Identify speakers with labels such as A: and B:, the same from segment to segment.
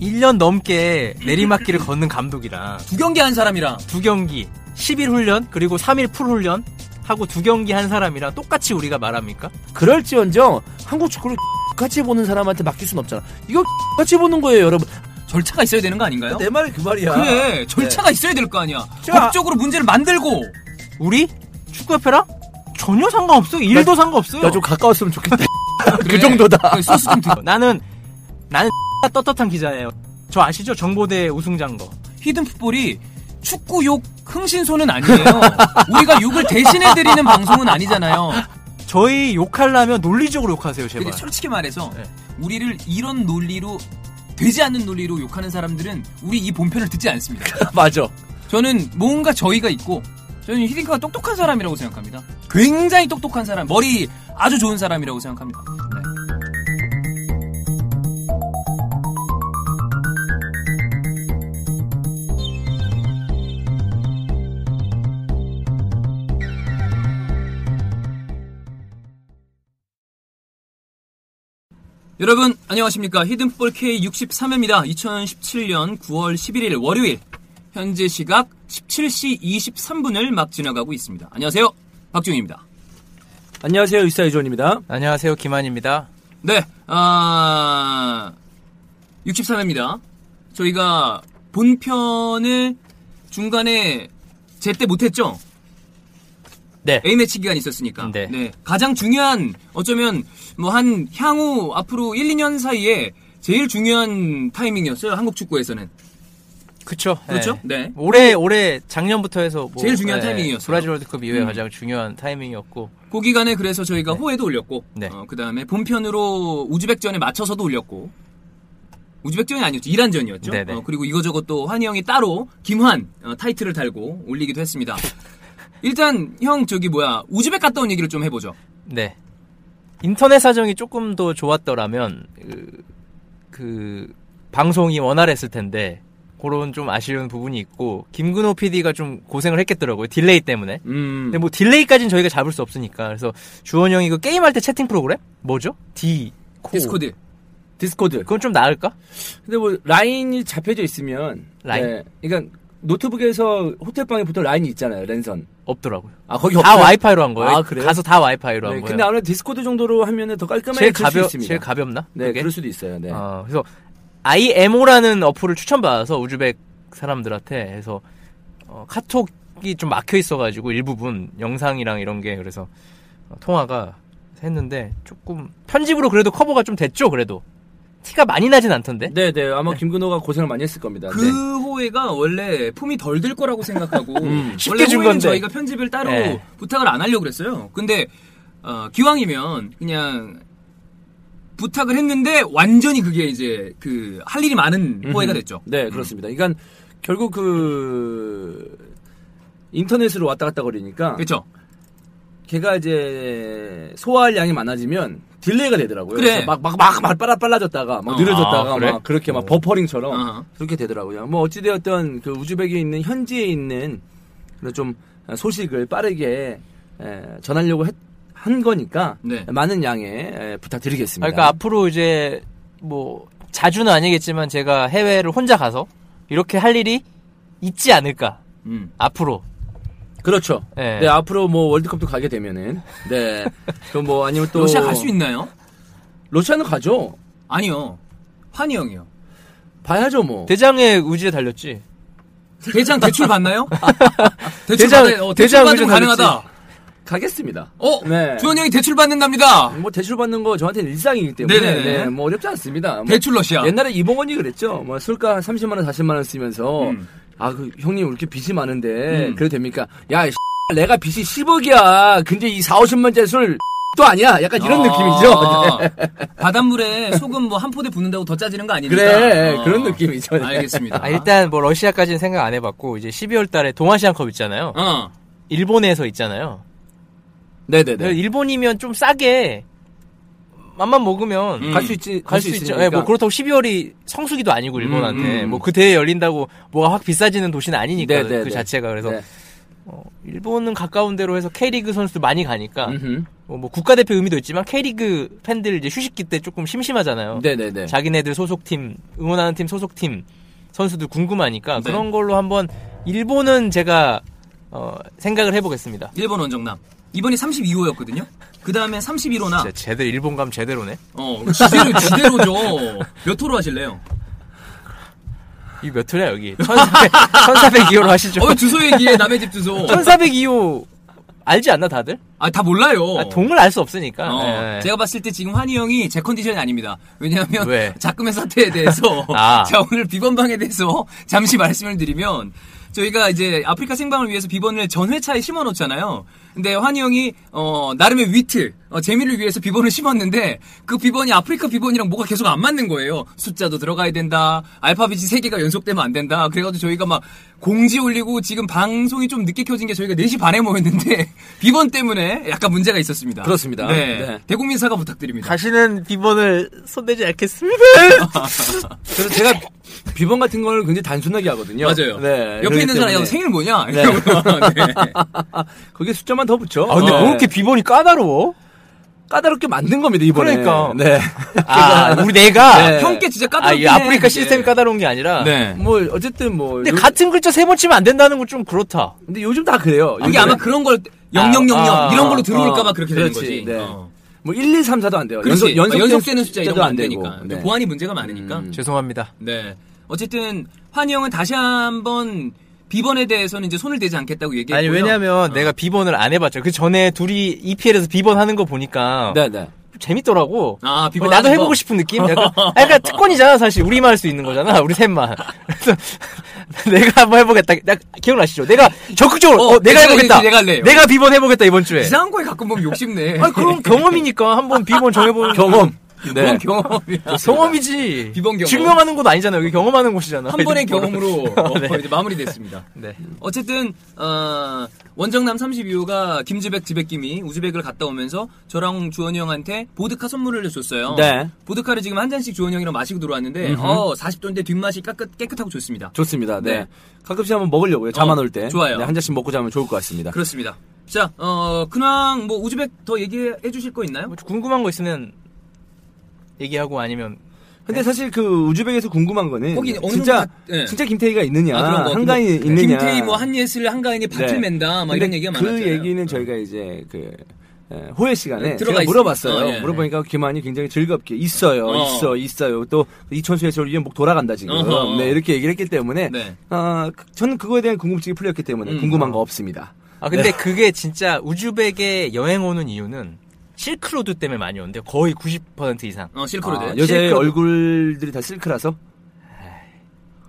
A: 일 년 넘게 내리막길을 걷는 감독이랑
B: 두 경기 한 사람이랑
A: 두 경기 10일 훈련 그리고 3일 풀 훈련 하고 두 경기 한 사람이랑 똑같이 우리가 말합니까?
C: 그럴지언정 한국 축구를 같이 보는 사람한테 맡길 순 없잖아. 이거 같이 보는 거예요, 여러분.
B: 절차가 있어야 되는 거 아닌가요?
C: 내 말이 그 말이야.
B: 그래 절차가 있어야 될 거 아니야
C: 네. 자.
B: 법적으로 문제를 만들고
A: 우리 축구협회랑 전혀 상관없어. 일도 상관없어요.
C: 네.
A: 아,
C: 나 좀 가까웠으면 좋겠다.
B: 그래.
C: 아, 정도다.
B: 그래, 소스 좀 드...
A: 나는 나는 떳떳한 기자예요. 저 아시죠? 정보대 우승장 거.
B: 히든 풋볼이 축구 욕 흥신소는 아니에요 우리가 욕을 대신해드리는 방송은 아니잖아요
A: 저희 욕하려면 논리적으로 욕하세요, 제발.
B: 근데
C: 그렇죠.
B: 솔직히 말해서
A: 네.
B: 우리를 이런 논리로 되지 않는 논리로 욕하는 사람들은 우리 이 본편을 듣지 않습니다
C: 맞아.
B: 저는 뭔가 저희가 있고 저는 히딩카가 똑똑한 사람이라고 생각합니다 굉장히 똑똑한 사람 머리 아주 좋은 사람이라고 생각합니다 네. 여러분 안녕하십니까 히든풋볼 K63회입니다. 2017년 9월 11일 월요일 현재 시각 17시 23분을 막 지나가고 있습니다. 안녕하세요 박중입니다.
C: 안녕하세요, 의사 유존입니다.
A: 안녕하세요, 김한입니다.
B: 네, 아 63회입니다. 저희가 본편을 중간에 제때 못했죠?
A: 네.
B: A 매치 기간이 있었으니까.
A: 네.
B: 가장 중요한 어쩌면 뭐 한 향후 앞으로 1, 2년 사이에 제일 중요한 타이밍이었어요. 한국 축구에서는.
A: 네. 그렇죠.
B: 그렇죠? 네.
A: 올해 올해 작년부터 해서 뭐,
B: 제일 중요한 타이밍이었어요.
A: 브라질 월드컵 이후에
B: 음.
A: 가장 중요한 타이밍이었고
B: 그 기간에 그래서 저희가 호에도 올렸고,
A: 네.
B: 그 다음에 본편으로 우즈벡전에 맞춰서도 올렸고, 우즈벡전이 아니었죠. 이란전이었죠.
A: 네네.
B: 어, 그리고 이거저것 또 환희 형이 따로 김환 어, 타이틀을 달고 올리기도 했습니다. 일단 형 저기 뭐야 우즈벡 갔다 온 얘기를 좀 해보죠.
A: 네. 인터넷 사정이 조금 더 좋았더라면 그, 그 방송이 원활했을 텐데 그런 좀 아쉬운 부분이 있고 김근호 PD가 좀 고생을 했겠더라고요 딜레이 때문에.
B: 음.
A: 근데 뭐 딜레이까지는 저희가 잡을 수 없으니까 그래서 주원 형이 그 게임할 때 채팅 프로그램 뭐죠? D 코.
B: 디스코드.
C: 디스코드.
A: 그건 좀 나을까?
C: 근데 뭐 라인이 잡혀져 있으면
A: 라인?
C: 네, 그러니까 노트북에서 호텔 방에 보통 라인이 있잖아요, 랜선.
A: 없더라고요.
C: 아, 거기
A: 다
C: 없어요?
A: 와이파이로 한 거예요.
C: 아, 그래요?
A: 가서 다 와이파이로 한
C: 네,
A: 거예요.
C: 근데 아무래도 디스코드 정도로 하면은 더 깔끔하게
A: 제일
C: 칠수
A: 가벼
C: 있습니다.
A: 제일 가볍나?
C: 네,
A: 그게?
C: 그럴 수도 있어요. 네.
A: 아, 그래서 IMO라는 어플을 추천받아서 우즈벡 사람들한테 해서 어, 카톡이 좀 막혀 있어가지고 일부분 영상이랑 이런 게 그래서 어, 통화가 했는데 조금 편집으로 그래도 커버가 좀 됐죠 그래도 티가 많이 나진 않던데
C: 네, 네. 아마 김근호가 고생을 많이 했을 겁니다.
B: 그
C: 네.
B: 호에가 원래 폼이 덜 들 거라고 생각하고
C: 음.
A: 쉽게
B: 원래
A: 준
B: 호에는
A: 건데.
B: 저희가 편집을 따로
A: 네.
B: 부탁을 안 하려고 그랬어요. 근데 어, 기왕이면 그냥 부탁을 했는데 완전히 그게 이제 그 할 일이 많은 호해가 됐죠.
C: 네, 그렇습니다. 그러니까 결국 그 인터넷으로 왔다 갔다 거리니까
B: 그렇죠.
C: 걔가 이제 소화할 양이 많아지면 딜레이가 되더라고요.
B: 그래.
C: 막막막막 빨라 빨라졌다가 막
B: 어.
C: 느려졌다가
A: 아, 그래?
C: 막 그렇게 막 버퍼링처럼
B: 어.
C: 그렇게 되더라고요. 뭐 어찌되었던 그 우즈벡에 있는 현지에 있는 그런 좀 소식을 빠르게 에, 전하려고 했- 한 거니까
B: 네.
C: 많은 양해 에, 부탁드리겠습니다.
A: 아, 그러니까 앞으로 이제 뭐 자주는 아니겠지만 제가 해외를 혼자 가서 이렇게 할 일이 있지 않을까
B: 음.
A: 앞으로
C: 그렇죠.
B: 예.
A: 네.
C: 네, 앞으로 뭐 월드컵도 가게 되면은 네. 그뭐 아니면 또
B: 러시아 갈 수 있나요?
C: 러시아는 가죠.
B: 아니요. 환희 형이요.
C: 봐야죠 뭐.
A: 대장의 의지에 달렸지
B: 대장 대출 받나요? 대출
A: 대장-
B: 받아, 어, 대출
A: 대장
B: 받으면
A: 의존
B: 가능하다.
C: 가겠습니다.
B: 어,
C: 네.
B: 주원 형이 대출 받는답니다.
C: 뭐 대출 받는 거 저한테는 일상이기 때문에
B: 네네네.
C: 네, 뭐 어렵지 않습니다. 뭐
B: 대출 러시아.
C: 옛날에 이봉원이 그랬죠. 뭐 술가 한 30만 원, 40만 원 쓰면서
B: 음.
C: 아, 그 형님 왜 이렇게 빚이 많은데
B: 음.
C: 그래도 됩니까? 야, 이 내가 빚이 10억이야. 근데 이 4, 50만짜리 술도 아니야. 약간 이런 느낌이죠. 네.
B: 느낌이죠. 바닷물에 소금 뭐 한 포대 붓는다고 더 짜지는 거 아닙니까?
C: 그래,
B: 어.
C: 그런 느낌이죠. 네.
B: 알겠습니다.
A: 아, 일단 뭐 러시아까지는 생각 안 해봤고 이제 12월 달에 동아시안컵 있잖아요.
B: 어.
A: 일본에서 있잖아요.
C: 네네네.
A: 일본이면 좀 싸게 맘만 먹으면
B: 음.
C: 갈 수 있지, 갈
A: 갈
C: 수
A: 수
C: 있으니까.
A: 있죠. 예, 뭐 그렇다고 12월이 성수기도 아니고 일본한테
B: 음, 음.
A: 뭐 그 대회 열린다고 뭐가 확 비싸지는 도시는 아니니까
C: 네, 네,
A: 그
C: 네.
A: 자체가 그래서
C: 네.
A: 어, 일본은 가까운 데로 해서 K리그 선수도 많이 가니까
C: 음흠.
A: 뭐, 뭐 국가대표 의미도 있지만 K리그 팬들 이제 휴식기 때 조금 심심하잖아요.
C: 네네네.
A: 자기네들 소속팀 응원하는 팀 소속팀 선수들 궁금하니까
B: 네.
A: 그런 걸로 한번 일본은 제가 어, 생각을 해보겠습니다.
B: 일본 원정남. 이번이 32호였거든요. 그 다음에 31호나.
A: 진짜 제대로 일본 감 제대로네.
B: 어, 지대로, 지대로죠. 몇 호로 하실래요?
A: 이 몇 호냐 여기? 1400, 1402호로 하시죠.
B: 어, 주소 얘기해, 남의 집 주소.
A: 1402호 알지 않나 다들?
B: 아, 다 몰라요.
A: 아, 동을 알 수 없으니까.
B: 어,
A: 예.
B: 제가 봤을 때 지금 환희 형이 제 컨디션이 아닙니다. 왜냐하면
A: 왜?
B: 작금의 사태에 대해서
A: 아.
B: 자 오늘 비번방에 대해서 잠시 말씀을 드리면 저희가 이제 아프리카 생방을 위해서 비번을 전회차에 심어놓잖아요. 근데 환희 형이 어, 나름의 위트 어, 재미를 위해서 비번을 심었는데 그 비번이 아프리카 비번이랑 뭐가 계속 안 맞는 거예요. 숫자도 들어가야 된다. 알파벳이 세 개가 연속되면 안 된다. 그래가지고 저희가 막 공지 올리고 지금 방송이 좀 늦게 켜진 게 저희가 4시 반에 모였는데 비번 때문에 약간 문제가 있었습니다.
C: 그렇습니다.
B: 네.
C: 네.
B: 대국민 사과 부탁드립니다.
A: 다시는 비번을 손대지 않겠습니다.
C: 그래서 제가 비번 같은 걸 굉장히 단순하게 하거든요.
B: 맞아요.
C: 네.
B: 옆에
C: 그렇기
B: 있는 사람이 야,
C: 때문에
B: 생일 뭐냐?
C: 네.
B: 이러고요. 네.
C: 거기에 숫자만 더 붙여.
A: 아 근데
C: 어,
A: 뭐 이렇게 비번이 까다로워?
C: 까다롭게 만든 겁니다, 이번에.
A: 그러니까.
C: 네.
A: 아 우리 내가
C: 네.
B: 형께 진짜
A: 아,
B: 까다롭게.
A: 이 아프리카 시스템이 까다로운 게 아니라
B: 네.
C: 뭐, 어쨌든 뭐.
A: 근데
C: 요-
A: 같은 글자 세 번 치면 안 된다는 건 좀 그렇다.
C: 근데 요즘 다 그래요.
B: 이게 아마 그런 걸 영영영영
A: 아,
B: 이런 걸로
C: 어,
B: 들어올까봐
C: 어,
B: 그렇게
C: 그렇지,
B: 되는 거지.
C: 네.
B: 어.
C: 뭐 1, 2, 3, 4도 안 돼요.
B: 그렇지. 아, 연속,
C: 연속되는
B: 연속되는 숫자 이런 거안 되니까.
C: 되고. 네.
B: 보안이 문제가 많으니까.
C: 음.
A: 죄송합니다.
B: 네. 어쨌든 환희 형은 다시 한번 비번에 대해서는 이제 손을 대지 않겠다고 얘기했고요.
A: 아니 왜냐면 내가 비번을 안 해봤죠. 그 전에 둘이 EPL에서 비번 하는 거 보니까
C: 네, 네.
A: 재밌더라고. 뭐
B: 아, 비번
A: 나도
B: 하는
A: 해보고
B: 거?
A: 싶은 느낌. 약간, 아, 그러니까 특권이잖아 사실 우리만 할 수 있는 거잖아. 우리 셋만. 그래서 내가 한번 해보겠다. 나- 기억나시죠? 내가 적극적으로
B: 어,
A: 어, 내가
B: 내가
A: 해보겠다.
B: 내가 할래요.
A: 비번 해보겠다 이번 주에.
B: 이상한 거에 가끔 보면 욕심내.
A: 아니 그럼 경험이니까 한번 비번 정해보는 경험.
C: 네.
B: 그건 경험이야.
A: 경험이지.
B: 비번 경험.
A: 증명하는 곳 아니잖아. 여기 경험하는 곳이잖아.
B: 한 번의 경험으로 어,
A: 네.
B: 이제 마무리됐습니다.
A: 네.
B: 어쨌든 어, 원정남 32호가 김즈백 지백김이 우즈벡을 갔다 오면서 저랑 주원이 형한테 보드카 선물을 줬어요.
C: 네.
B: 보드카를 지금 한 잔씩 주원이 형이랑 마시고 들어왔는데 어 40도인데 뒷맛이 깨끗, 깨끗하고 좋습니다.
C: 좋습니다. 네.
B: 네.
C: 가끔씩 한번 먹으려고요. 잠
B: 어,
C: 안 올 때.
B: 좋아요.
C: 네, 한 잔씩 먹고 자면 좋을 것 같습니다.
B: 그렇습니다. 자, 어, 근황 뭐 우즈벡 더 얘기해 주실 거 있나요?
A: 뭐 궁금한 거 있으면 얘기하고 아니면
C: 근데 사실 그 우즈벡에서 궁금한 거는
B: 거기 어느
C: 진짜
B: 정도 다- 예.
C: 진짜 김태희가 있느냐,
B: 아, 그런 거.
C: 한가인이
B: 뭐
C: 있느냐.
B: 김태희 뭐 한예슬 한가인이 밭을
C: 네.
B: 맨다 막
C: 근데
B: 이런 얘기가
C: 그
B: 많았잖아요. 어.
C: 얘기는 저희가 이제 그 에, 호회 시간에
B: 네, 들어가
C: 제가
B: 있-
C: 물어봤어요.
B: 어, 예.
C: 물어보니까 김한이 굉장히 즐겁게 있어요,
B: 어.
C: 있어, 있어요. 또 이천수에서 위에 목 돌아간다 지금.
B: 어허.
C: 네 이렇게 얘기를 했기 때문에
B: 네.
C: 아, 그- 저는 그거에 대한 궁금증이 풀렸기 때문에
B: 음.
C: 궁금한 거 없습니다.
A: 아 근데 그게 진짜 우즈벡에 여행 오는 이유는 실크로드 때문에 많이 온대요. 거의 90% 이상.
B: 어, 실크로드.
C: 아, 여자의
A: 실크로-
C: 얼굴들이 다 실크라서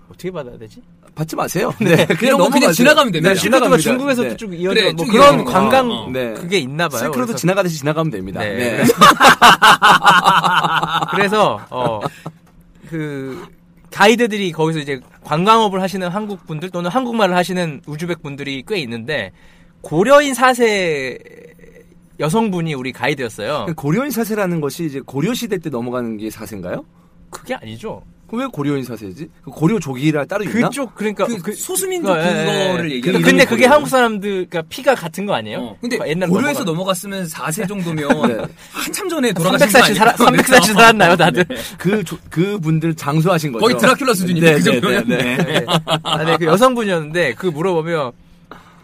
A: 어떻게 받아야 되지?
C: 받지 마세요. 네,
B: 이런 거 그냥 지나가면 됩니다.
C: 네,
A: 실크로드가
C: 지나갑니다.
A: 중국에서도
C: 네.
A: 쭉 이어져
B: 그래,
A: 뭐
B: 쭉
A: 그런
B: 이어지는 거.
A: 관광
B: 어, 어.
C: 네.
A: 그게 있나 봐요.
C: 실크로드
A: 그래서-
C: 지나가듯이 지나가면 됩니다.
A: 네.
C: 네.
A: 그래서 어 그 가이드들이 거기서 이제 관광업을 하시는 한국 분들 또는 한국말을 하시는 우즈벡 분들이 꽤 있는데 고려인 4세 여성분이 우리 가이드였어요.
C: 고려인 사세라는 것이 이제 고려 시대 때 넘어가는 게 사세인가요?
A: 그게 아니죠.
C: 그럼 왜 고려인 사세지? 그 고려족이라 따로 있나?
A: 그쪽 그러니까
B: 그
A: 그-
B: 소수민족
A: 예, 예, 예.
B: 그거를 얘기하는
A: 근데
B: 거예요.
A: 그게 한국 사람들 그러니까 피가 같은 거 아니에요?
B: 어, 근데
A: 막 옛날로
B: 고려에서
A: 넘어가-
B: 넘어갔으면 4세 정도면
C: 네.
B: 한참 전에 돌아가신 거
A: 300살씩
B: 아니에요? 네.
A: 살아 300살씩 살았나요, 다들?
C: 그, 조- 그 분들 장수하신 거죠.
B: 거의 드라큘라 수준인데
C: 네,
B: 그
C: 네,
B: 정도면.
C: 네, 네.
A: 네. 아, 네, 그 여성분이었는데 그 물어보면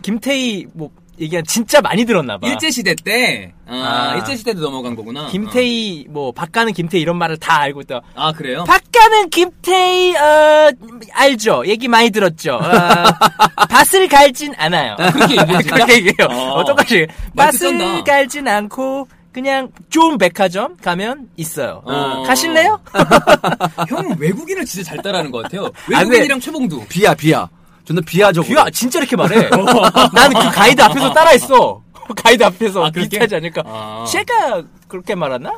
A: 김태희 뭐 얘기한 진짜 많이 들었나 봐.
B: 일제 시대 때 아,
A: 아.
B: 일제 시대 때 넘어간 거구나.
A: 김태희 뭐 박가는 김태희 이런 말을 다 알고 있다.
B: 어. 아 그래요?
A: 박가는 김태희 어 알죠. 얘기 많이 들었죠. 어, 밭을 갈진 않아요.
B: 그렇게 얘기하지.
A: 그렇게 얘기해요.
B: 어.
A: 어, 똑같이
B: 말 듣던다.
A: 밭을 갈진 않고 그냥 좋은 백화점 가면 있어요.
B: 어.
A: 가실래요?
B: 형은 외국인을 진짜 잘 따라하는 것 같아요.
A: 아, 근데-
B: 외국인이랑 최봉두.
C: 비야, 비야. 존나 비하적으로.
B: 뭐.
A: 귀야 진짜 이렇게 말해. 나는 그 가이드 앞에서 따라했어. 가이드 앞에서
B: 아,
A: 그렇게
B: 그렇게?
A: 하지 않을까.
B: 아.
A: 제가 그렇게 말하나?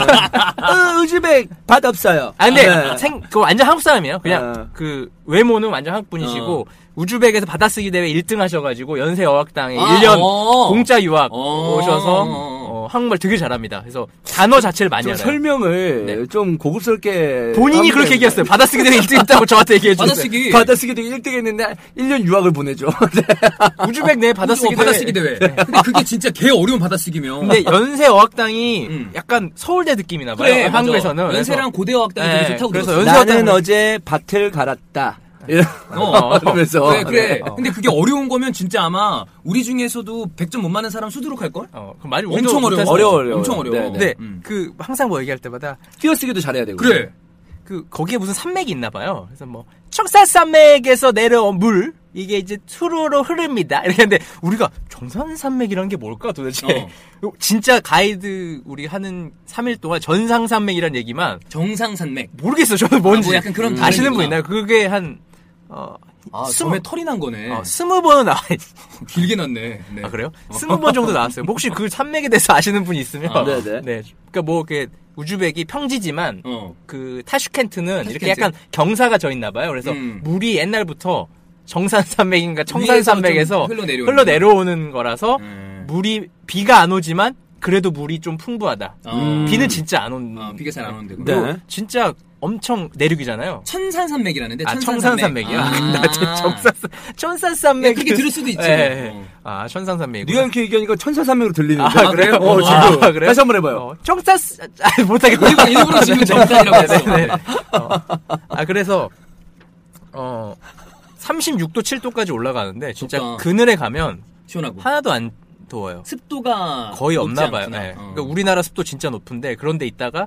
C: 어, 우즈벡 밭 없어요.
A: 아 근데
C: 네.
A: 생 그거 완전 한국 사람이에요. 그냥
C: 어.
A: 그 외모는 완전 한국 분이시고
B: 어.
A: 우즈벡에서 받아쓰기 대회 1등 하셔가지고 연세 어학당에
B: 아,
A: 1년
B: 어.
A: 공짜 유학
B: 어.
A: 오셔서 어, 한국말 되게 잘합니다. 그래서 단어 자체를 많이
C: 좀
A: 알아요.
C: 설명을
A: 네.
C: 좀 고급스럽게
A: 본인이
C: 하면
A: 그렇게
C: 되는데.
A: 얘기했어요. 받아쓰기 네, 대회 1등 했다고 저한테 얘기해 주세요.
B: 받아쓰기.
C: 받아쓰기도 1등 했는데 1년 유학을 보내죠. 네.
A: 우즈벡 내 받아쓰기
B: 받아쓰기,
A: 대회.
B: 대회. 근데 그게 진짜 개 어려운 받아쓰기면.
A: 네. 근데 연세 어학당이
B: 음.
A: 약간 서울대 느낌이나 봐요.
B: 그래, 맞아.
A: 한국에서는
B: 연세랑
A: 그래서-
B: 고대 어학당이
A: 네,
B: 되게 좋다고
A: 그래서
B: 들었어.
A: 연세가 네.
C: 나는
A: 딱-
C: 어제 밭을 갈았다.
B: 어.
C: 이러면서
B: 그래, 그래.
A: 네, 어.
B: 근데 그게 어려운 거면 진짜 아마 우리 중에서도 100점 못 맞는 사람 수두룩 할걸?
A: 어, 그럼 많이
B: 엄청
A: 오히려
B: 어려워.
A: 못해서-
C: 어려워, 어려워.
B: 엄청 어려워.
C: 네,
A: 근데
C: 네.
B: 음.
A: 그 항상 뭐 얘기할 때마다
C: 띄어쓰기도 잘해야 되고.
B: 그래.
A: 그 거기에 무슨 산맥이 있나 봐요. 그래서 뭐 청산산맥에서 내려온 물 이게 이제 수로로 흐릅니다. 이렇게 했는데 우리가 정산산맥이라는 게 뭘까 도대체?
B: 어.
A: 진짜 가이드 우리 하는 3일 동안 전상산맥이라는 얘기만
B: 정상산맥.
A: 모르겠어요. 저는 뭔지. 음.
B: 뭐 약간 그런
A: 아시는
B: 단어이구나.
A: 분 있나요? 그게 한 어,
B: 아,
A: 스무-
B: 점에 털이 난 거네.
A: 어, 스무 번은 나와 있
B: 길게 났네. 네.
A: 아 그래요? 스무 번 정도 나왔어요. 뭐 혹시 그 산맥에 대해서 아시는 분 있으면
B: 아,
C: 네네.
A: 네. 그러니까 뭐 이렇게 우즈벡이 평지지만
B: 어.
A: 그 타슈켄트는
B: 타슈켄트.
A: 이렇게 약간 경사가 져 있나 봐요. 그래서
B: 음.
A: 물이 옛날부터 정산산맥인가 청산산맥에서
B: 좀 흘러내려오는
A: 흘러내려오는 거라서
B: 음.
A: 물이 비가 안 오지만 그래도 물이 좀 풍부하다.
B: 어.
A: 비는 진짜 안 온.
B: 아, 비가 잘 안 오는데.
C: 네.
B: 네.
A: 그리고 진짜 엄청 내륙이잖아요.
B: 천산산맥이라는데.
A: 아,
B: 천산산맥.
A: 청산산맥이야.
B: 아. 예,
A: 나 지금 청산산, 천산산맥.
B: 그렇게 들을 수도 있지. 어.
A: 아, 천산산맥이고.
C: 네가 이렇게 얘기하니까 천사산맥으로 들리는데.
A: 아, 그래요?
C: 어, 지금.
A: 아, 그래요?
C: 다시 한번 해봐요.
A: 어, 청산, 아, 못하겠다.
B: 일부러- 일부러 지금 정산이라고 했어.
A: 네네. 어. 아, 그래서, 어, 36도, 7도까지 올라가는데, 진짜
B: 덥다.
A: 그늘에 가면
B: 시원하고.
A: 하나도 안 더워요.
B: 습도가
A: 거의
B: 높지
A: 없나 봐요.
B: 않구나.
A: 네.
B: 어.
A: 그러니까 우리나라 습도 진짜 높은데, 그런데 있다가,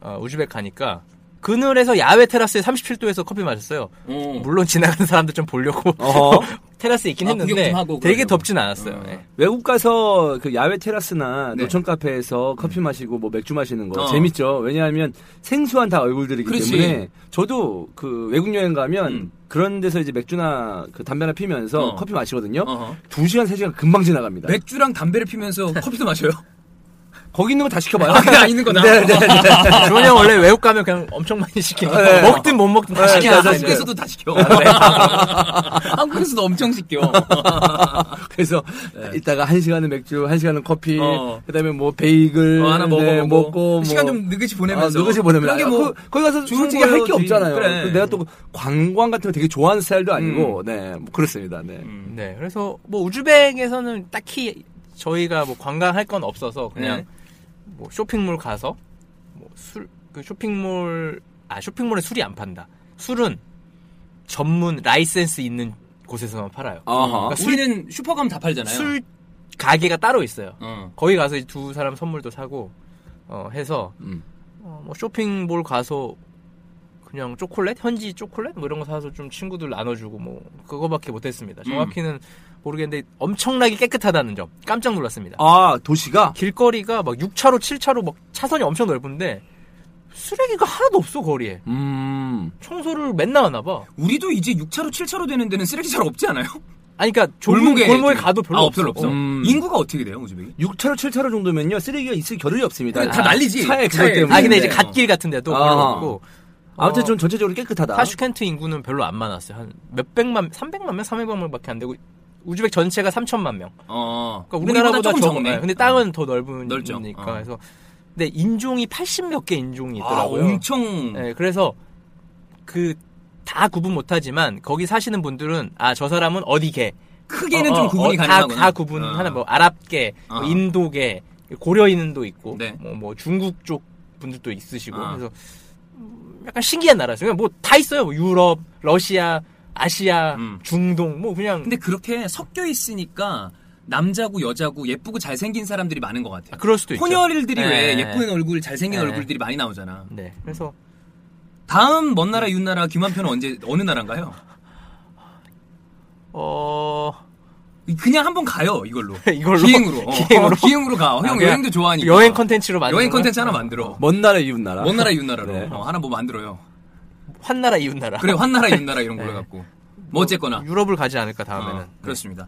A: 어, 우즈벡 가니까, 그늘에서 야외 테라스에 37도에서 커피 마셨어요.
B: 어.
A: 물론 지나가는 사람들 좀 보려고
C: 어허.
A: 테라스에 있긴
B: 아, 구경
A: 했는데
B: 좀 하고
A: 되게
B: 그러려고.
A: 덥진 않았어요.
B: 어.
A: 네.
C: 외국 가서 그 야외 테라스나
B: 네. 음.
C: 노천 카페에서 커피 마시고 뭐 맥주 마시는 거
B: 어.
C: 재밌죠. 왜냐하면 생소한 다 얼굴들이기
B: 그렇지.
C: 때문에 저도 그 외국 여행 가면
B: 음.
C: 그런 데서 이제 맥주나 그 담배나 피면서
B: 어.
C: 커피 마시거든요.
B: 어허.
C: 두 시간 세 시간 금방 지나갑니다.
B: 맥주랑 담배를 피면서 커피도 마셔요.
C: 거기 있는 거 다 시켜봐요.
B: 아, 그냥 있는 거나.
C: 네, 네, 네.
A: 주원이 형 원래 외국 가면 그냥 엄청 많이 시키니까
C: 네.
A: 먹든 못 먹든 다
B: 시켜.
A: 시키잖아요.
B: 한국에서도 다 시켜. 한국에서도 엄청 시켜.
C: 그래서 이따가 한 시간은 맥주, 한 시간은 커피,
B: 네. 어.
C: 그다음에 뭐 베이글
B: 어, 하나
C: 네,
B: 먹어보고.
C: 먹고
B: 시간
C: 뭐-
B: 좀 느긋이 보내면서.
C: 아, 느긋이 보내면
B: 그런 게
C: 아,
B: 뭐
C: 그- 거기 가서
B: 좋은
C: 솔직히 할 게
B: 거였지.
C: 없잖아요.
B: 그래. 음.
C: 그 내가 또 관광 같은 거 되게 좋아하는 스타일도 아니고, 네, 뭐 그렇습니다. 네.
A: 네, 그래서 뭐 우즈벡에서는 딱히 저희가 뭐 관광할 건 없어서 그냥
B: 네.
A: 뭐 쇼핑몰 가서 뭐 술 그 쇼핑몰 아 쇼핑몰에 술이 안 판다. 술은 전문 라이센스 있는 곳에서만 팔아요.
C: 아하.
B: 그러니까 우리는 슈퍼 가면 다 팔잖아요.
A: 술 가게가 따로 있어요.
B: 어.
A: 거기 가서 이제 두 사람 선물도 사고 어, 해서
C: 음.
A: 어, 뭐 쇼핑몰 가서 그냥 초콜릿 현지 초콜릿 뭐 이런 거 사서 좀 친구들 나눠주고 뭐 그거밖에 못했습니다. 정확히는 모르겠는데 엄청나게 깨끗하다는 점 깜짝 놀랐습니다.
C: 아 도시가
A: 길거리가 막 6차로 7차로 막 차선이 엄청 넓은데 쓰레기가 하나도 없어 거리에
C: 음.
A: 청소를 맨날 하나 봐.
B: 우리도 이제 6차로, 7차로 되는 데는 쓰레기 잘 없지 않아요?
A: 아니 그러니까 좁은
B: 골목에
A: 골목에
B: 좀-
A: 가도 별로
B: 아,
A: 없어.
B: 별로 없어.
A: 어.
C: 음.
B: 인구가 어떻게 돼요, 우즈벡이?
C: 6차로 7차로 정도면요 쓰레기가 있을 겨를이 없습니다.
B: 그래, 다 날리지.
C: 차에 그것
B: 차에.
C: 때문에.
A: 아 근데 이제
B: 어.
A: 갓길 같은 데도 별로
C: 아하.
A: 없고
C: 아무튼
A: 어,
C: 좀 전체적으로 깨끗하다.
A: 타슈켄트 인구는 별로 안 많았어요. 한 몇백만, 300만 명, 300만 명밖에 안 되고 우즈벡 전체가 3천만 명.
B: 어.
A: 그러니까 우리나라보다
B: 조금
A: 적은
B: 적네.
A: 근데 땅은 더 넓은
B: 넓죠.
A: 니까
B: 어.
A: 그래서 근데 인종이 80 몇 개 인종이
B: 아,
A: 있더라고요.
B: 엄청.
A: 네, 그래서 그 다 구분 못하지만 거기 사시는 분들은 아 저 사람은 어디계
B: 크게는
A: 어,
B: 좀
A: 어,
B: 구분이
A: 어, 다,
B: 가능하구나.
A: 다 구분
B: 어.
A: 하나 뭐 아랍계,
B: 어.
A: 뭐 인도계, 고려인도 있고
B: 네.
A: 뭐, 뭐 중국 쪽 분들도 있으시고
B: 어.
A: 그래서 음, 약간 신기한 나라였어요. 뭐 다 있어요. 뭐 유럽, 러시아, 아시아,
B: 음.
A: 중동 뭐 그냥
B: 근데 그렇게 섞여 있으니까 남자고 여자고 예쁘고 잘생긴 사람들이 많은 것 같아요.
A: 아, 그럴 수도 있죠.
B: 혼혈일들이
A: 네.
B: 왜 예쁜 얼굴, 잘생긴
A: 네.
B: 얼굴들이 많이 나오잖아.
A: 네. 그래서
B: 다음 먼
A: 네.
B: 나라 이웃 나라 김한표는 언제 어느 나라인가요?
A: 어
B: 그냥 한번 가요 이걸로.
A: 이걸로?
B: 기행으로. 어,
A: 기행으로?
B: 기행으로 가. 형
A: 그냥
B: 여행도 좋아하니까.
A: 여행 컨텐츠로 만든 아,
B: 여행
A: 거야?
B: 컨텐츠 하나 만들어.
C: 먼 나라 이웃 나라.
B: 먼 나라 이웃 나라로
C: 네.
B: 어, 하나 뭐 만들어요.
A: 환나라 이웃나라
B: 그래 환 나라 이웃 나라 이런 걸로
A: 네.
B: 갖고. 뭐 어쨌거나
A: 유럽을 가지 않을까 다음에는.
B: 어, 그렇습니다.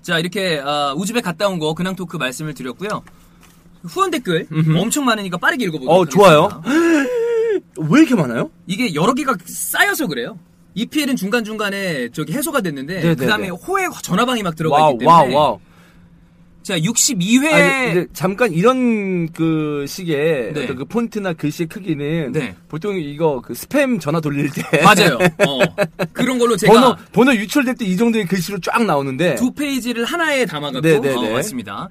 B: 자 이렇게 아, 우즈벡 갔다 온 거 근황 토크 말씀을 드렸고요. 후원 댓글 엄청 많으니까 빠르게 읽어보도록
C: 어, 좋아요.
B: 하겠습니다.
C: 왜 이렇게 많아요?
B: 이게 여러 개가 쌓여서 그래요. EPL은 중간 중간에 저기 해소가 됐는데
C: 네네네.
B: 그다음에 호의 전화방이 막 들어가
C: 와우,
B: 있기 때문에
C: 와우, 와우.
B: 자 62회
C: 아니, 근데 잠깐 이런 그 식의
B: 네.
C: 어떤 그 폰트나 글씨의 크기는
B: 네.
C: 보통 이거 그 스팸 전화 돌릴 때
B: 맞아요. 어. 그런 걸로 제가
C: 번호 번호 유출될 때 이 정도의 글씨로 쫙 나오는데
B: 두 페이지를 하나에 담아갖고
C: 네네네.
B: 어, 맞습니다.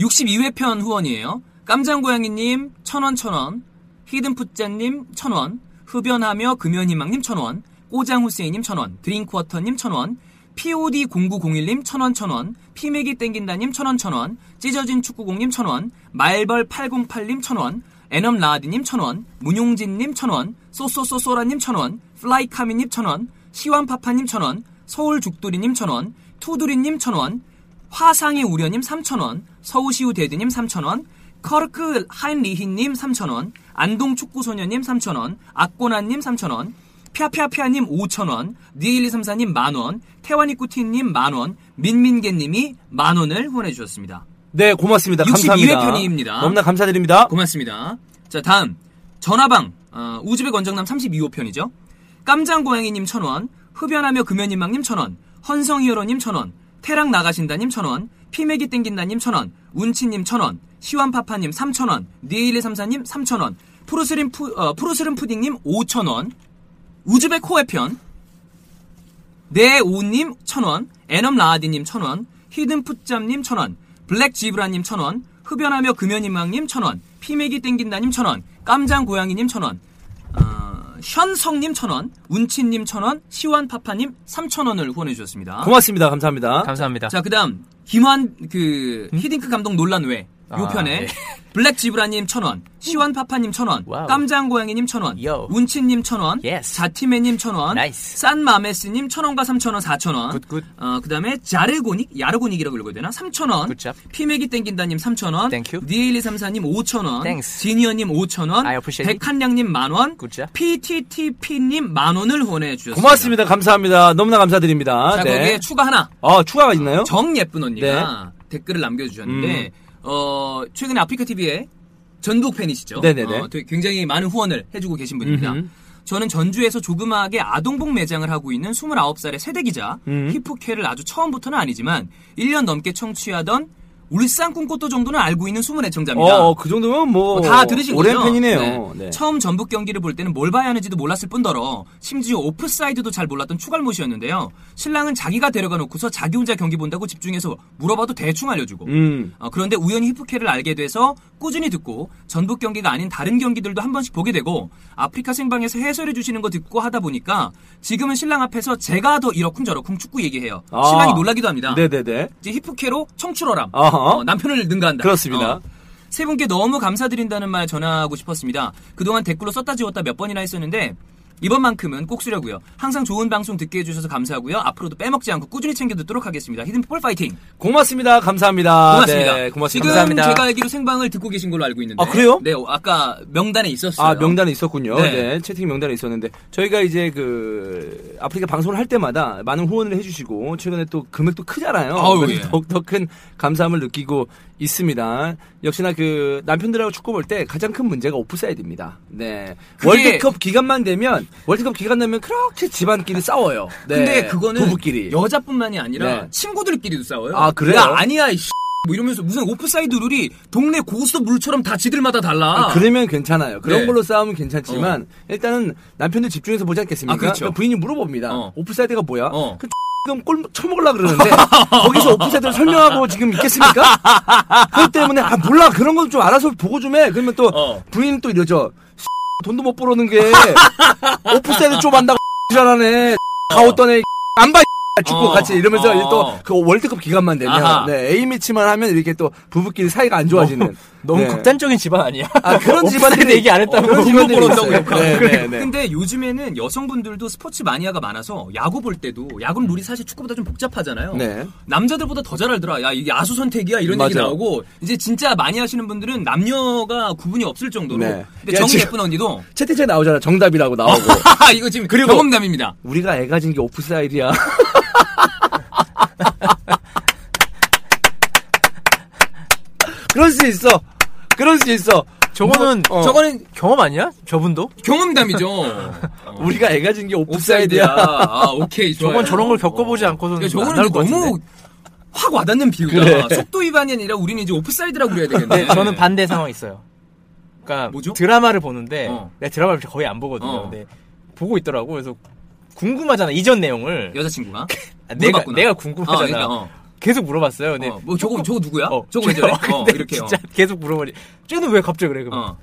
B: 62회 편 후원이에요. 깜장고양이님 천원 천원, 히든풋자님 천원, 흡연하며 금연희망님 천원, 꼬장후세이님 천원, 드링크워터님 천원, POD0901님 천원 천원, 피맥이 땡긴다님 천원 천원, 찢어진 축구공님 천원, 말벌808님 천원, 애넘라디님 천원, 문용진님 천원, 쏘쏘쏘쏘라님 천원, 플라이카미님 천원, 시완파파님 천원, 서울죽돌이님 천원, 투두리님 천원, 화상의 우려님 3,000원, 서우시우 대드님 3,000원, 커르크 하인리히님 3,000원, 안동축구소녀님 3,000원, 악고나님 3,000원, 피아피아피아님 5,000원, 니일리삼사님 만원, 태완이꾸티님 만원, 민민개님이 만원을 후원해주셨습니다.
C: 네 고맙습니다.
B: 62회
C: 감사합니다.
B: 편입니다.
C: 너무나 감사드립니다.
B: 고맙습니다. 자, 다음. 전화방. 어, 우즈벡 원정남 32호 편이죠. 깜장고양이님 1000원, 흡연하며 금연인망님 1000원, 헌성히어로님 1000원, 태랑 나가신다님 1000원, 피맥이 땡긴다님 1000원, 운치님 1000원, 시완파파님 3000원, 니에일레삼사님 3000원, 프로스림 푸, 어, 프로스름 푸딩님 5000원, 우즈벡 호해편, 네오님 1000원, 애넘라아디님 1000원, 히든풋잠님 1000원, 블랙지브라님 1000원, 흡연하며 금연희망님 1000원, 피맥이 땡긴다님 1000원, 깜장고양이님 1000원, 어, 션성님 1000원, 운치님 1000원, 시완파파님 3000원을 후원해주셨습니다.
C: 고맙습니다. 감사합니다.
A: 감사합니다.
B: 자, 그 다음, 김환, 그, 히딩크 감독 논란 외, 요
A: 음? 아,
B: 편에,
A: 네.
B: 블랙지브라님 천원, 시완파파님 천원,
A: 와우.
B: 깜장고양이님 천원,
A: 요.
B: 운치님 천원,
A: 예스.
B: 자티메님 천원,
A: 나이스.
B: 산마메스님 천원과 삼천원, 사천원,
A: 굿, 굿.
B: 어, 그 다음에 자르고닉, 야르고닉이라고 읽어야 되나? 삼천원,
A: 굿잡.
B: 피맥이 땡긴다님 삼천원,
A: 땡큐.
B: 니에일리삼사님 오천원,
A: 땡스.
B: 지니어님 오천원,
A: I appreciate it.
B: 백한량님 만원,
A: 굿잡.
B: PTTP님 만원을 후원해주셨습니다.
C: 고맙습니다. 감사합니다. 너무나 감사드립니다. 네.
B: 자,
A: 네.
B: 거기에 추가 하나.
C: 어, 추가가 있나요? 네. 음.
B: 정예쁜 언니가 댓글을 남겨주셨는데 어, 최근에 아프리카 TV에 전북 팬이시죠.
C: 네네네.
B: 어, 되게 굉장히 많은 후원을 해주고 계신 분입니다.
C: 음흠.
B: 저는 전주에서 조그마하게 아동복 매장을 하고 있는 29살의 세대기자
C: 음.
B: 히프케를 아주 처음부터는 아니지만 1년 넘게 청취하던 울산 꿈꽃도 정도는 알고 있는 숨은 애청자입니다.
C: 어, 어, 그 정도면 뭐.
B: 다 들으신
C: 오랜
B: 거죠?
C: 팬이네요.
B: 네.
C: 네.
B: 처음 전북 경기를 볼 때는 뭘 봐야 하는지도 몰랐을 뿐더러 심지어 오프사이드도 잘 몰랐던 추갈못이었는데요. 신랑은 자기가 데려가 놓고서 자기 혼자 경기 본다고 집중해서 물어봐도 대충 알려주고
C: 음.
B: 어, 그런데 우연히 히프케를 알게 돼서 꾸준히 듣고 전북 경기가 아닌 다른 경기들도 한 번씩 보게 되고 아프리카 생방에서 해설해 주시는 거 듣고 하다 보니까 지금은 신랑 앞에서 제가 더 이러쿵저러쿵 축구 얘기해요.
C: 아.
B: 신랑이 놀라기도 합니다.
C: 네네네.
B: 이제 히프케로 청출어람
C: 어허.
B: 어, 남편을 능가한다.
C: 그렇습니다.
B: 어. 세 분께 너무 감사드린다는 말 전하고 싶었습니다. 그동안 댓글로 썼다 지웠다 몇 번이나 했었는데 이번만큼은 꼭 쓰려고요. 항상 좋은 방송 듣게 해주셔서 감사하고요. 앞으로도 빼먹지 않고 꾸준히 챙겨 듣도록 하겠습니다. 히든풋볼 파이팅!
C: 고맙습니다. 감사합니다.
B: 고맙습니다.
C: 네, 고맙습니다.
B: 지금
C: 감사합니다.
B: 제가 알기로 생방을 듣고 계신 걸로 알고 있는데.
C: 아, 그래요?
B: 네, 어, 아까 명단에 있었어요.
C: 아, 명단에 있었군요.
B: 네.
C: 네. 채팅 명단에 있었는데. 저희가 이제 그, 아프리카 방송을 할 때마다 많은 후원을 해주시고, 최근에 또 금액도 크잖아요.
B: 아우,
C: 그래서
B: 예.
C: 더욱더 큰 감사함을 느끼고 있습니다. 역시나 그, 남편들하고 축구 볼 때 가장 큰 문제가 오프사이드입니다. 네.
B: 그게-
C: 월드컵 기간만 되면, 월드컵 기간 되면 그렇게 집안끼리 싸워요. 네.
B: 근데 그거는
C: 부부끼리.
B: 여자뿐만이 아니라
C: 네.
B: 친구들끼리도 싸워요.
C: 아, 그래요?
B: 야, 아니야, 이 씨. 뭐 이러면서 무슨 오프사이드 룰이 동네 고스톱 룰처럼 다 지들마다 달라.
C: 아, 그러면 괜찮아요. 그런
B: 네. 어.
C: 걸로 싸우면 괜찮지만 일단은 남편들 집중해서 보지 않겠습니까?
B: 아, 그렇죠.
C: 그러니까 부인이 물어봅니다.
B: 어.
C: 오프사이드가 뭐야?
B: 어.
C: 그 지금 꼴 쳐먹으려 그러는데 거기서 오프사이드를 설명하고 지금 있겠습니까? 그것 때문에 아 몰라 그런 건 좀 알아서 보고 좀 해. 그러면 또
B: 어.
C: 부인 또 이러죠. 돈도 못 벌어는 게 오프사이드 좀 한다고 잘하네. 가옷 떠네. 안 봐. 축구
B: 어.
C: 같이 이러면서
B: 어.
C: 또그 월드컵 기간만
B: 아하.
C: 되면 네, 에이미치만 하면 이렇게 또 부부끼리 사이가 안 좋아지는
A: 너무
C: 네.
A: 극단적인 집안 아니야?
C: 아 그런 집안들
A: 옵사이드 얘기 안 했다고.
C: 그런
B: 운동 보러
C: 집안들이
B: 온다고
C: 있어요.
B: 욕하고.
C: 네, 네, 네.
B: 근데 요즘에는 여성분들도 스포츠 마니아가 많아서 야구 볼 때도 야구는 룰이 사실 축구보다 좀 복잡하잖아요.
C: 네.
B: 남자들보다 더 잘 알더라. 야, 이게 야수 선택이야. 이런 얘기
C: 맞아요.
B: 나오고 이제 진짜 많이 하시는 분들은 남녀가 구분이 없을 정도로.
C: 네.
B: 근데
C: 야,
B: 정이
C: 지금-
B: 예쁜 언니도
C: 채팅창에 나오잖아 정답이라고 나오고
B: 이거 지금
C: 그리고-
B: 경험담입니다.
C: 우리가 애 가진 게 오프사이드야. 그럴 수 있어. 그럴 수 있어.
A: 저거는
C: 뭐, 어.
B: 저거는
A: 경험 아니야? 저분도?
B: 경험담이죠. 우리
C: 우리가 애 가진 게
B: 옵사이드야.
C: 오프사이드야.
B: 아, 오케이. 좋아요.
A: 저건 저런 걸 겪어보지 않고서는
B: 그러니까 저거는
A: 안 나올 것
B: 근데 너무
A: 같은데.
B: 확 와닿는 비유가
C: 그래.
B: 속도 위반이 아니라 우리는 이제 오프사이드라고 그래야
A: 네,
B: 되겠네.
A: 저는 반대 상황 있어요. 그러니까
B: 뭐죠?
A: 드라마를 보는데
B: 어.
A: 내가 드라마를 거의 안 보거든요.
B: 어.
A: 근데 보고 있더라고. 그래서 궁금하잖아. 이전 내용을.
B: 여자친구가
A: 아, 내가
B: 물어봤구나.
A: 내가
B: 아,
A: 궁금하잖아.
B: 그러니까, 어.
A: 계속 물어봤어요. 근데
B: 어, 뭐 저거 저거 누구야?
A: 어,
B: 저거 왜 저래?
A: 근데
B: 어, 이렇게 어.
A: 진짜 계속 물어보니 쟤는 왜 갑자기 그래? 그럼
B: 어.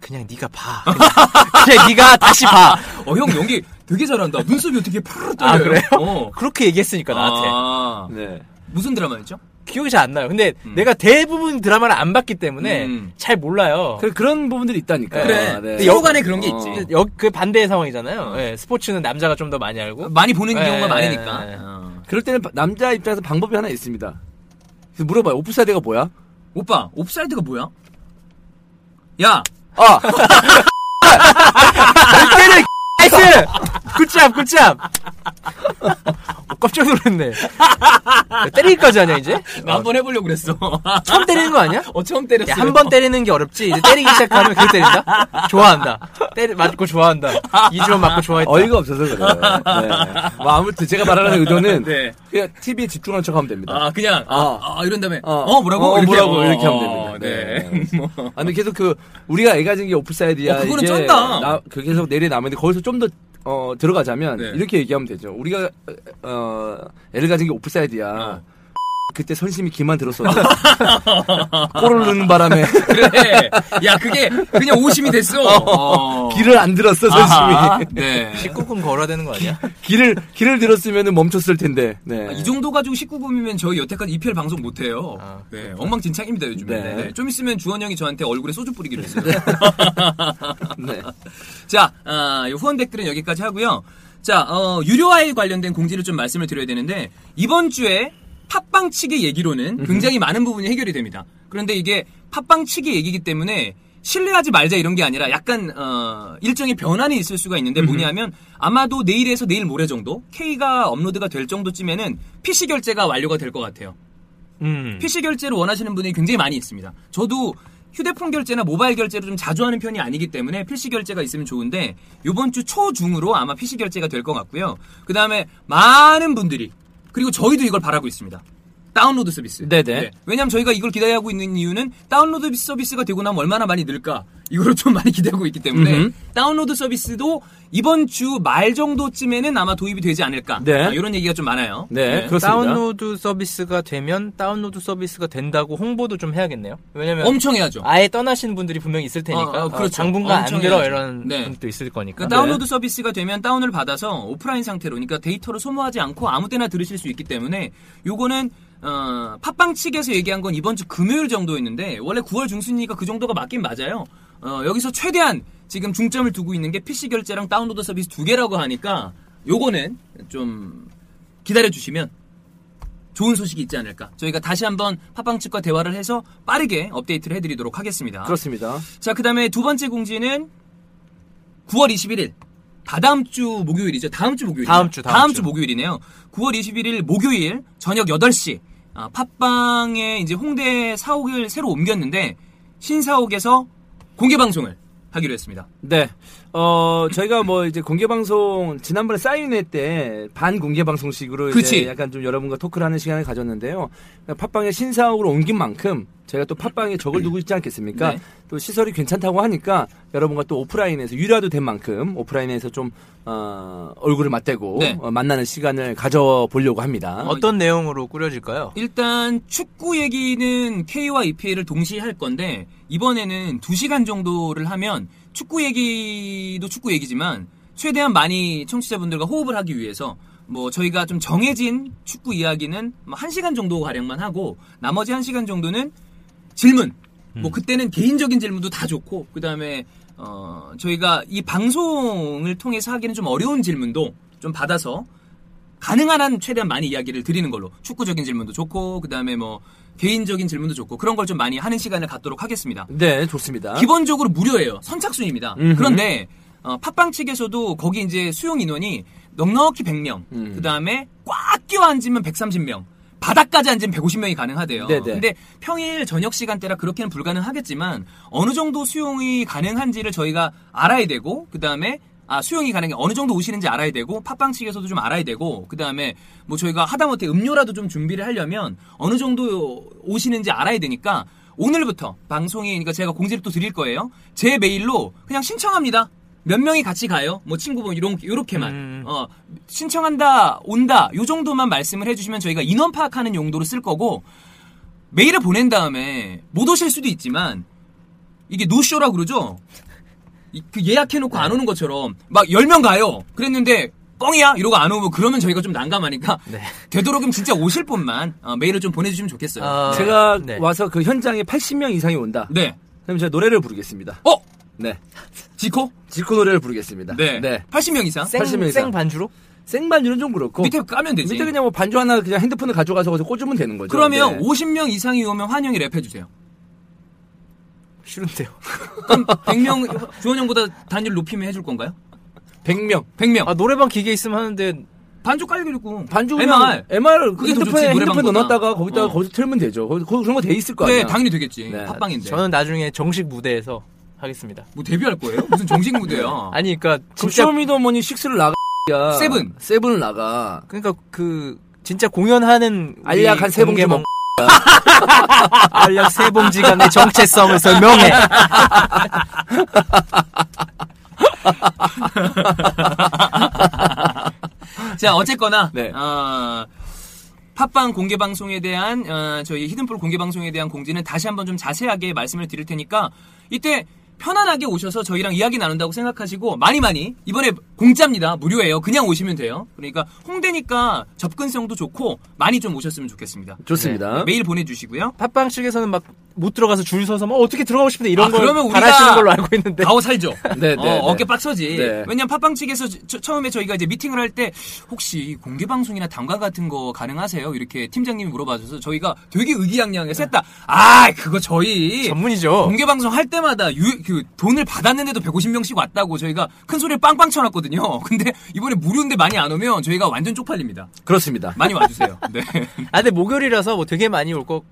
A: 그냥 네가 봐. 그냥, 그냥 네가 다시 봐.
B: 어, 형 연기 되게 잘한다. 눈썹이 어떻게 파르르 떨려요?
A: 아, 그래요?
B: 어.
A: 그렇게 얘기했으니까 나한테
B: 아,
C: 네.
B: 무슨 드라마였죠?
A: 기억이 잘 안 나요. 근데
B: 음.
A: 내가 대부분 드라마를 안 봤기 때문에
B: 음.
A: 잘 몰라요.
C: 그래, 그런 부분들이 있다니까.
B: 그래.
C: 아, 네.
B: 서로 간에 그런 게
C: 어.
B: 있지. 어.
A: 여, 그 반대의 상황이잖아요. 예, 스포츠는 남자가 좀 더 많이 알고
B: 많이 보는
A: 네,
B: 경우가
A: 네,
B: 많으니까.
A: 네.
B: 어.
C: 그럴 때는 바- 남자 입장에서 방법이 하나 있습니다. 그래서 물어봐요. 오프사이드가 뭐야?
B: 오빠, 옵사이드가 뭐야? 야,
C: 아,
A: 때는
B: 아,
A: 나이스! 굿잡, 굿잡! 어, 깜짝 놀랐네. 야, 때리기까지 하냐, 이제?
B: 나 한번 해보려고 그랬어.
A: 처음 때리는 거 아니야?
B: 어, 처음 때렸어.
A: 야, 한 번 때리는 게 어렵지. 이제 때리기 시작하면 그게 때린다? 좋아한다. 때리, 맞고 좋아한다. 이주만 맞고 좋아했다.
C: 어이가 없어서 그래요. 네. 뭐 아무튼 제가 말하는 의도는
B: 네.
C: 그냥 TV에 집중하는 척 하면 됩니다.
B: 아, 그냥, 아,
C: 아.
B: 아, 이런 다음에, 어,
C: 어.
B: 뭐라고?
C: 어, 뭐라고?
B: 어,
C: 이렇게 하면
B: 어,
C: 됩니다.
B: 네.
C: 네.
B: 뭐.
C: 아니 계속 그 우리가 애가 진게 오프사이드야.
B: 어, 그거는
C: 이게
B: 쩐다.
C: 나- 그 계속 내리 남는데 거기서 좀 더 어, 들어가자면
B: 네.
C: 이렇게 얘기하면 되죠. 우리가 어, 애를 가진 게 오프사이드야.
B: 어.
C: 그때 선심이 기만 들었었는데 골을 넣는 바람에
B: 그래. 야, 그게 그냥 오심이 됐어. 어.
C: 길을 안 들었어 선심이.
B: 아하, 네.
A: 19금 걸어야 되는 거 아니야?
C: 길을 길을 들었으면멈췄을 텐데. 네.
B: 아, 이 정도 가지고 19금이면 저희 여태까지 EPL 방송 못해요.
A: 아,
B: 네, 엉망진창입니다, 요즘에.
C: 네.
B: 네, 좀 있으면 주원 형이 저한테 얼굴에 소주 뿌리기로 했어요.
C: 네.
B: 자, 아, 이 후원 댓글은 여기까지 하고요. 자, 어, 유료화에 관련된 공지를 좀 말씀을 드려야 되는데 이번 주에 팟빵 치기 얘기로는 굉장히 많은 부분이 해결이 됩니다. 그런데 이게 팟빵 치기 얘기이기 때문에 신뢰하지 말자 이런 게 아니라 약간 어, 일정의 변환이 있을 수가 있는데 뭐냐면 아마도 내일에서 내일 모레 정도 K가 업로드가 될 정도쯤에는 PC 결제가 완료가 될 것 같아요.
A: 음.
B: PC 결제를 원하시는 분이 굉장히 많이 있습니다. 저도 휴대폰 결제나 모바일 결제를 좀 자주 하는 편이 아니기 때문에 PC 결제가 있으면 좋은데 이번 주 초중으로 아마 PC 결제가 될 것 같고요. 그 다음에 많은 분들이 그리고 저희도 이걸 바라고 있습니다. 다운로드 서비스.
C: 네네.
B: 왜냐하면 저희가 이걸 기대하고 있는 이유는 다운로드 서비스가 되고 나면 얼마나 많이 늘까 이거를 좀 많이 기대하고 있기 때문에
C: 음흠.
B: 다운로드 서비스도 이번 주 말 정도쯤에는 아마 도입이 되지 않을까
C: 네.
B: 아, 이런 얘기가 좀 많아요.
C: 네, 그렇습니다.
A: 다운로드 서비스가 되면 다운로드 서비스가 된다고 홍보도 좀 해야겠네요. 왜냐면
B: 엄청 해야죠.
A: 아예 떠나시는 분들이 분명히 있을 테니까
B: 어, 어, 그렇죠.
A: 어, 당분간 안
B: 엄청
A: 들어
B: 해야죠.
A: 이런
B: 네.
A: 분도 있을 거니까. 네.
B: 그러니까 다운로드 서비스가 되면 다운을 받아서 오프라인 상태로 그러니까 데이터를 소모하지 않고 아무 때나 들으실 수 있기 때문에 요거는 어, 팟빵 측에서 얘기한 건 이번 주 금요일 정도였는데 원래 9월 중순이니까 그 정도가 맞긴 맞아요. 어, 여기서 최대한 지금 중점을 두고 있는 게 PC 결제랑 다운로드 서비스 두 개라고 하니까 요거는 좀 기다려 주시면 좋은 소식이 있지 않을까. 저희가 다시 한번 팟빵 측과 대화를 해서 빠르게 업데이트를 해드리도록 하겠습니다.
C: 그렇습니다.
B: 자, 그 다음에 두 번째 공지는 9월 21일. 다다음 주 목요일이죠. 다음 주 목요일.
A: 다음 주, 다음
B: 다음 주.
A: 주.
B: 목요일이네요. 9월 21일 목요일 저녁 8시. 아, 팟빵에 이제 홍대 사옥을 새로 옮겼는데 신사옥에서 공개 방송을 하기로 했습니다.
C: 네. 어, 저희가 뭐 이제 공개 방송 지난번에 사인회 때 반공개 방송식으로
B: 그치.
C: 이제 약간 좀 여러분과 토크를 하는 시간을 가졌는데요. 그러니까 팟빵의 신사옥으로 옮긴 만큼 저희가 또 팟빵에 적을 두고 있지 않겠습니까?
B: 네.
C: 또 시설이 괜찮다고 하니까 여러분과 또 오프라인에서 유료화도 된 만큼 오프라인에서 좀 어, 얼굴을 맞대고
B: 네.
C: 어, 만나는 시간을 가져보려고 합니다.
A: 네. 어떤 내용으로 꾸려질까요?
B: 일단 축구 얘기는 K와 EPL을 동시에 할 건데 이번에는 2시간 정도를 하면 축구 얘기도 축구 얘기지만 최대한 많이 청취자분들과 호흡을 하기 위해서 뭐 저희가 좀 정해진 축구 이야기는 뭐한 시간 정도 가량만 하고 나머지 한 시간 정도는 질문.
C: 음.
B: 뭐 그때는 개인적인 질문도 다 좋고 그다음에 어 저희가 이 방송을 통해서 하기는 좀 어려운 질문도 좀 받아서 가능한 한 최대한 많이 이야기를 드리는 걸로 축구적인 질문도 좋고 그다음에 뭐 개인적인 질문도 좋고 그런 걸 좀 많이 하는 시간을 갖도록 하겠습니다.
C: 네, 좋습니다.
B: 기본적으로 무료예요. 선착순입니다.
C: 음흠.
B: 그런데 어, 팟빵 측에서도 거기 이제 수용 인원이 넉넉히 100명,
C: 음.
B: 그 다음에 꽉 끼워 앉으면 130명, 바닥까지 앉으면 150명이 가능하대요.
C: 네네.
B: 근데 평일 저녁 시간대라 그렇게는 불가능하겠지만 어느 정도 수용이 가능한지를 저희가 알아야 되고 그 다음에 아 수용이 가능해 어느 정도 오시는지 알아야 되고 팟빵 측에서도 좀 알아야 되고 그 다음에 뭐 저희가 하다못해 음료라도 좀 준비를 하려면 어느 정도 오시는지 알아야 되니까 오늘부터 방송이 그러니까 제가 공지를 또 드릴 거예요. 제 메일로 그냥 신청합니다. 몇 명이 같이 가요? 뭐 친구 뭐 이런 요렇게만
A: 음.
B: 어, 신청한다 온다 요 정도만 말씀을 해주시면 저희가 인원 파악하는 용도로 쓸 거고 메일을 보낸 다음에 못 오실 수도 있지만 이게 노쇼라고 그러죠. 이- 그 예약해놓고
C: 네.
B: 안 오는 것처럼 막 10명 가요. 그랬는데 뻥이야 이러고 안 오면 그러면 저희가 좀 난감하니까
C: 네.
B: 되도록이면 진짜 오실 분만 어, 메일을 좀 보내주시면 좋겠어요.
A: 아,
B: 네.
C: 제가
A: 네.
C: 와서 그 현장에 80명 이상이 온다.
B: 네.
C: 그럼 제가 노래를 부르겠습니다.
B: 어
C: 네.
B: 지코
C: 지코 노래를 부르겠습니다.
B: 네. 80명 이상
C: 생- 80명 이상.
A: 생 반주로?
C: 생반주는 좀 그렇고.
B: 밑에 까면 되지.
C: 밑에 그냥 뭐 반주 하나 그냥 핸드폰을 가져가서 거기서 꽂으면 되는 거죠.
B: 그러면
C: 네.
B: 50명 이상이 오면 환영이 랩 해주세요.
A: 싫은데요.
B: 그럼 100명 주원 형보다 단위를 높이면 해줄 건가요?
C: 100명.
B: 100명
A: 아, 노래방 기계 있으면 하는데
B: 반주 깔고 있고
C: 반주
B: MR
C: 그냥 MR 그
B: 그게 더 좋지,
C: 핸드폰에 핸드폰
B: 노래방보다.
C: 넣어놨다가 거기다가
B: 어.
C: 거기서 틀면 되죠. 거기 거- 그런 거 돼 있을 거 아니야.
B: 네 당연히 되겠지
C: 네.
B: 팟빵인데
A: 저는 나중에 정식 무대에서 하겠습니다.
B: 뭐 데뷔할 거예요? 무슨 정식 무대야
A: 아니, 그니까,
C: 그
A: 진짜,
C: 쇼미더머니 6를 나가. 야.
B: 세븐.
C: 세븐을 나가.
A: 그니까 그, 진짜 공연하는. 우리
C: 알약 한세 봉지
A: 공개방-
C: 먹-
A: 알약 세 봉지가 내 정체성을 설명해.
B: 자 어쨌거나
C: 네.
B: 어, 팟빵 공개 방송에 대한 어, 저희 히든풀 공개 방송에 대한 공지는 다시 한번 좀 자세하게 말씀을 드릴 테니까 이때 편안하게 오셔서 저희랑 이야기 나눈다고 생각하시고 많이 많이 이번에 공짜입니다 무료예요 그냥 오시면 돼요 그러니까 홍대니까 접근성도 좋고 많이 좀 오셨으면 좋겠습니다
C: 좋습니다.
B: 메일 보내주시고요
A: 팟빵 측에서는 막 못 들어가서 줄 서서 막 어떻게 들어가고 싶은데 이런
B: 아,
A: 걸
B: 그러면 우리가 아,
A: 바라시는 걸로 알고 있는데.
B: 가오 살죠.
C: 네, 네,
B: 어,
C: 네.
B: 어깨 빡서지.
C: 네.
B: 왜냐면 팟빵 측에서 저- 처음에 저희가 이제 미팅을 할 때 혹시 공개 방송이나 담과 같은 거 가능하세요? 이렇게 팀장님이 물어봐줘서 저희가 되게 의기양양해
C: 네.
B: 셌다. 아 그거 저희
A: 전문이죠.
B: 공개 방송 할 때마다 유- 그 돈을 받았는데도 150명씩 왔다고 저희가 큰 소리를 빵빵 쳐놨거든요. 근데 이번에 무료인데 많이 안 오면 저희가 완전 쪽팔립니다.
C: 그렇습니다.
B: 많이 와주세요. 네.
A: 아, 근데 목요일이라서 뭐 되게 많이 올 것은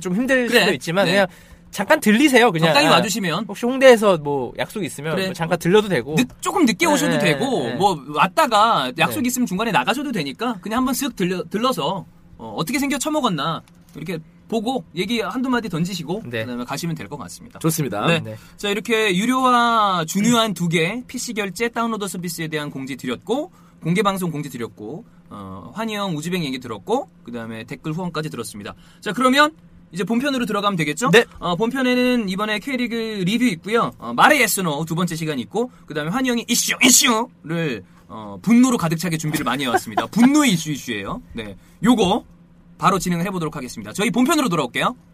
A: 좀 힘들
B: 그래.
A: 수도 있지만
B: 네.
A: 그냥 잠깐 들리세요. 그냥
B: 적당히
A: 아,
B: 와주시면
A: 혹시 홍대에서 뭐 약속 있으면
B: 그래.
A: 뭐 잠깐 들려도 되고.
B: 늦- 조금 늦게 오셔도
A: 네,
B: 되고
A: 네.
B: 뭐 왔다가 약속
A: 네.
B: 있으면 중간에 나가셔도 되니까 그냥 한번 쓱 들려 들러서 어, 떻게 생겨 처먹었나 이렇게 보고 얘기 한두 마디 던지시고
A: 네.
B: 그다음에 가시면 될 것 같습니다.
C: 좋습니다.
B: 네.
A: 네.
B: 자 이렇게 유료와 중요한 두 개 PC 결제 다운로드 서비스에 대한 공지 드렸고 공개 방송 공지 드렸고 어, 환희형 우즈뱅 얘기 들었고 그 다음에 댓글 후원까지 들었습니다. 자 그러면 이제 본편으로 들어가면 되겠죠?
A: 네.
B: 어, 본편에는 이번에 K리그 리뷰 있고요. 어, 말의 예스노 두 번째 시간 있고 그 다음에 환희형이 이슈 이슈를 어, 분노로 가득 차게 준비를 많이 해왔습니다. 분노의 이슈 이슈예요. 네, 요거 바로 진행을 해보도록 하겠습니다. 저희 본편으로 돌아올게요.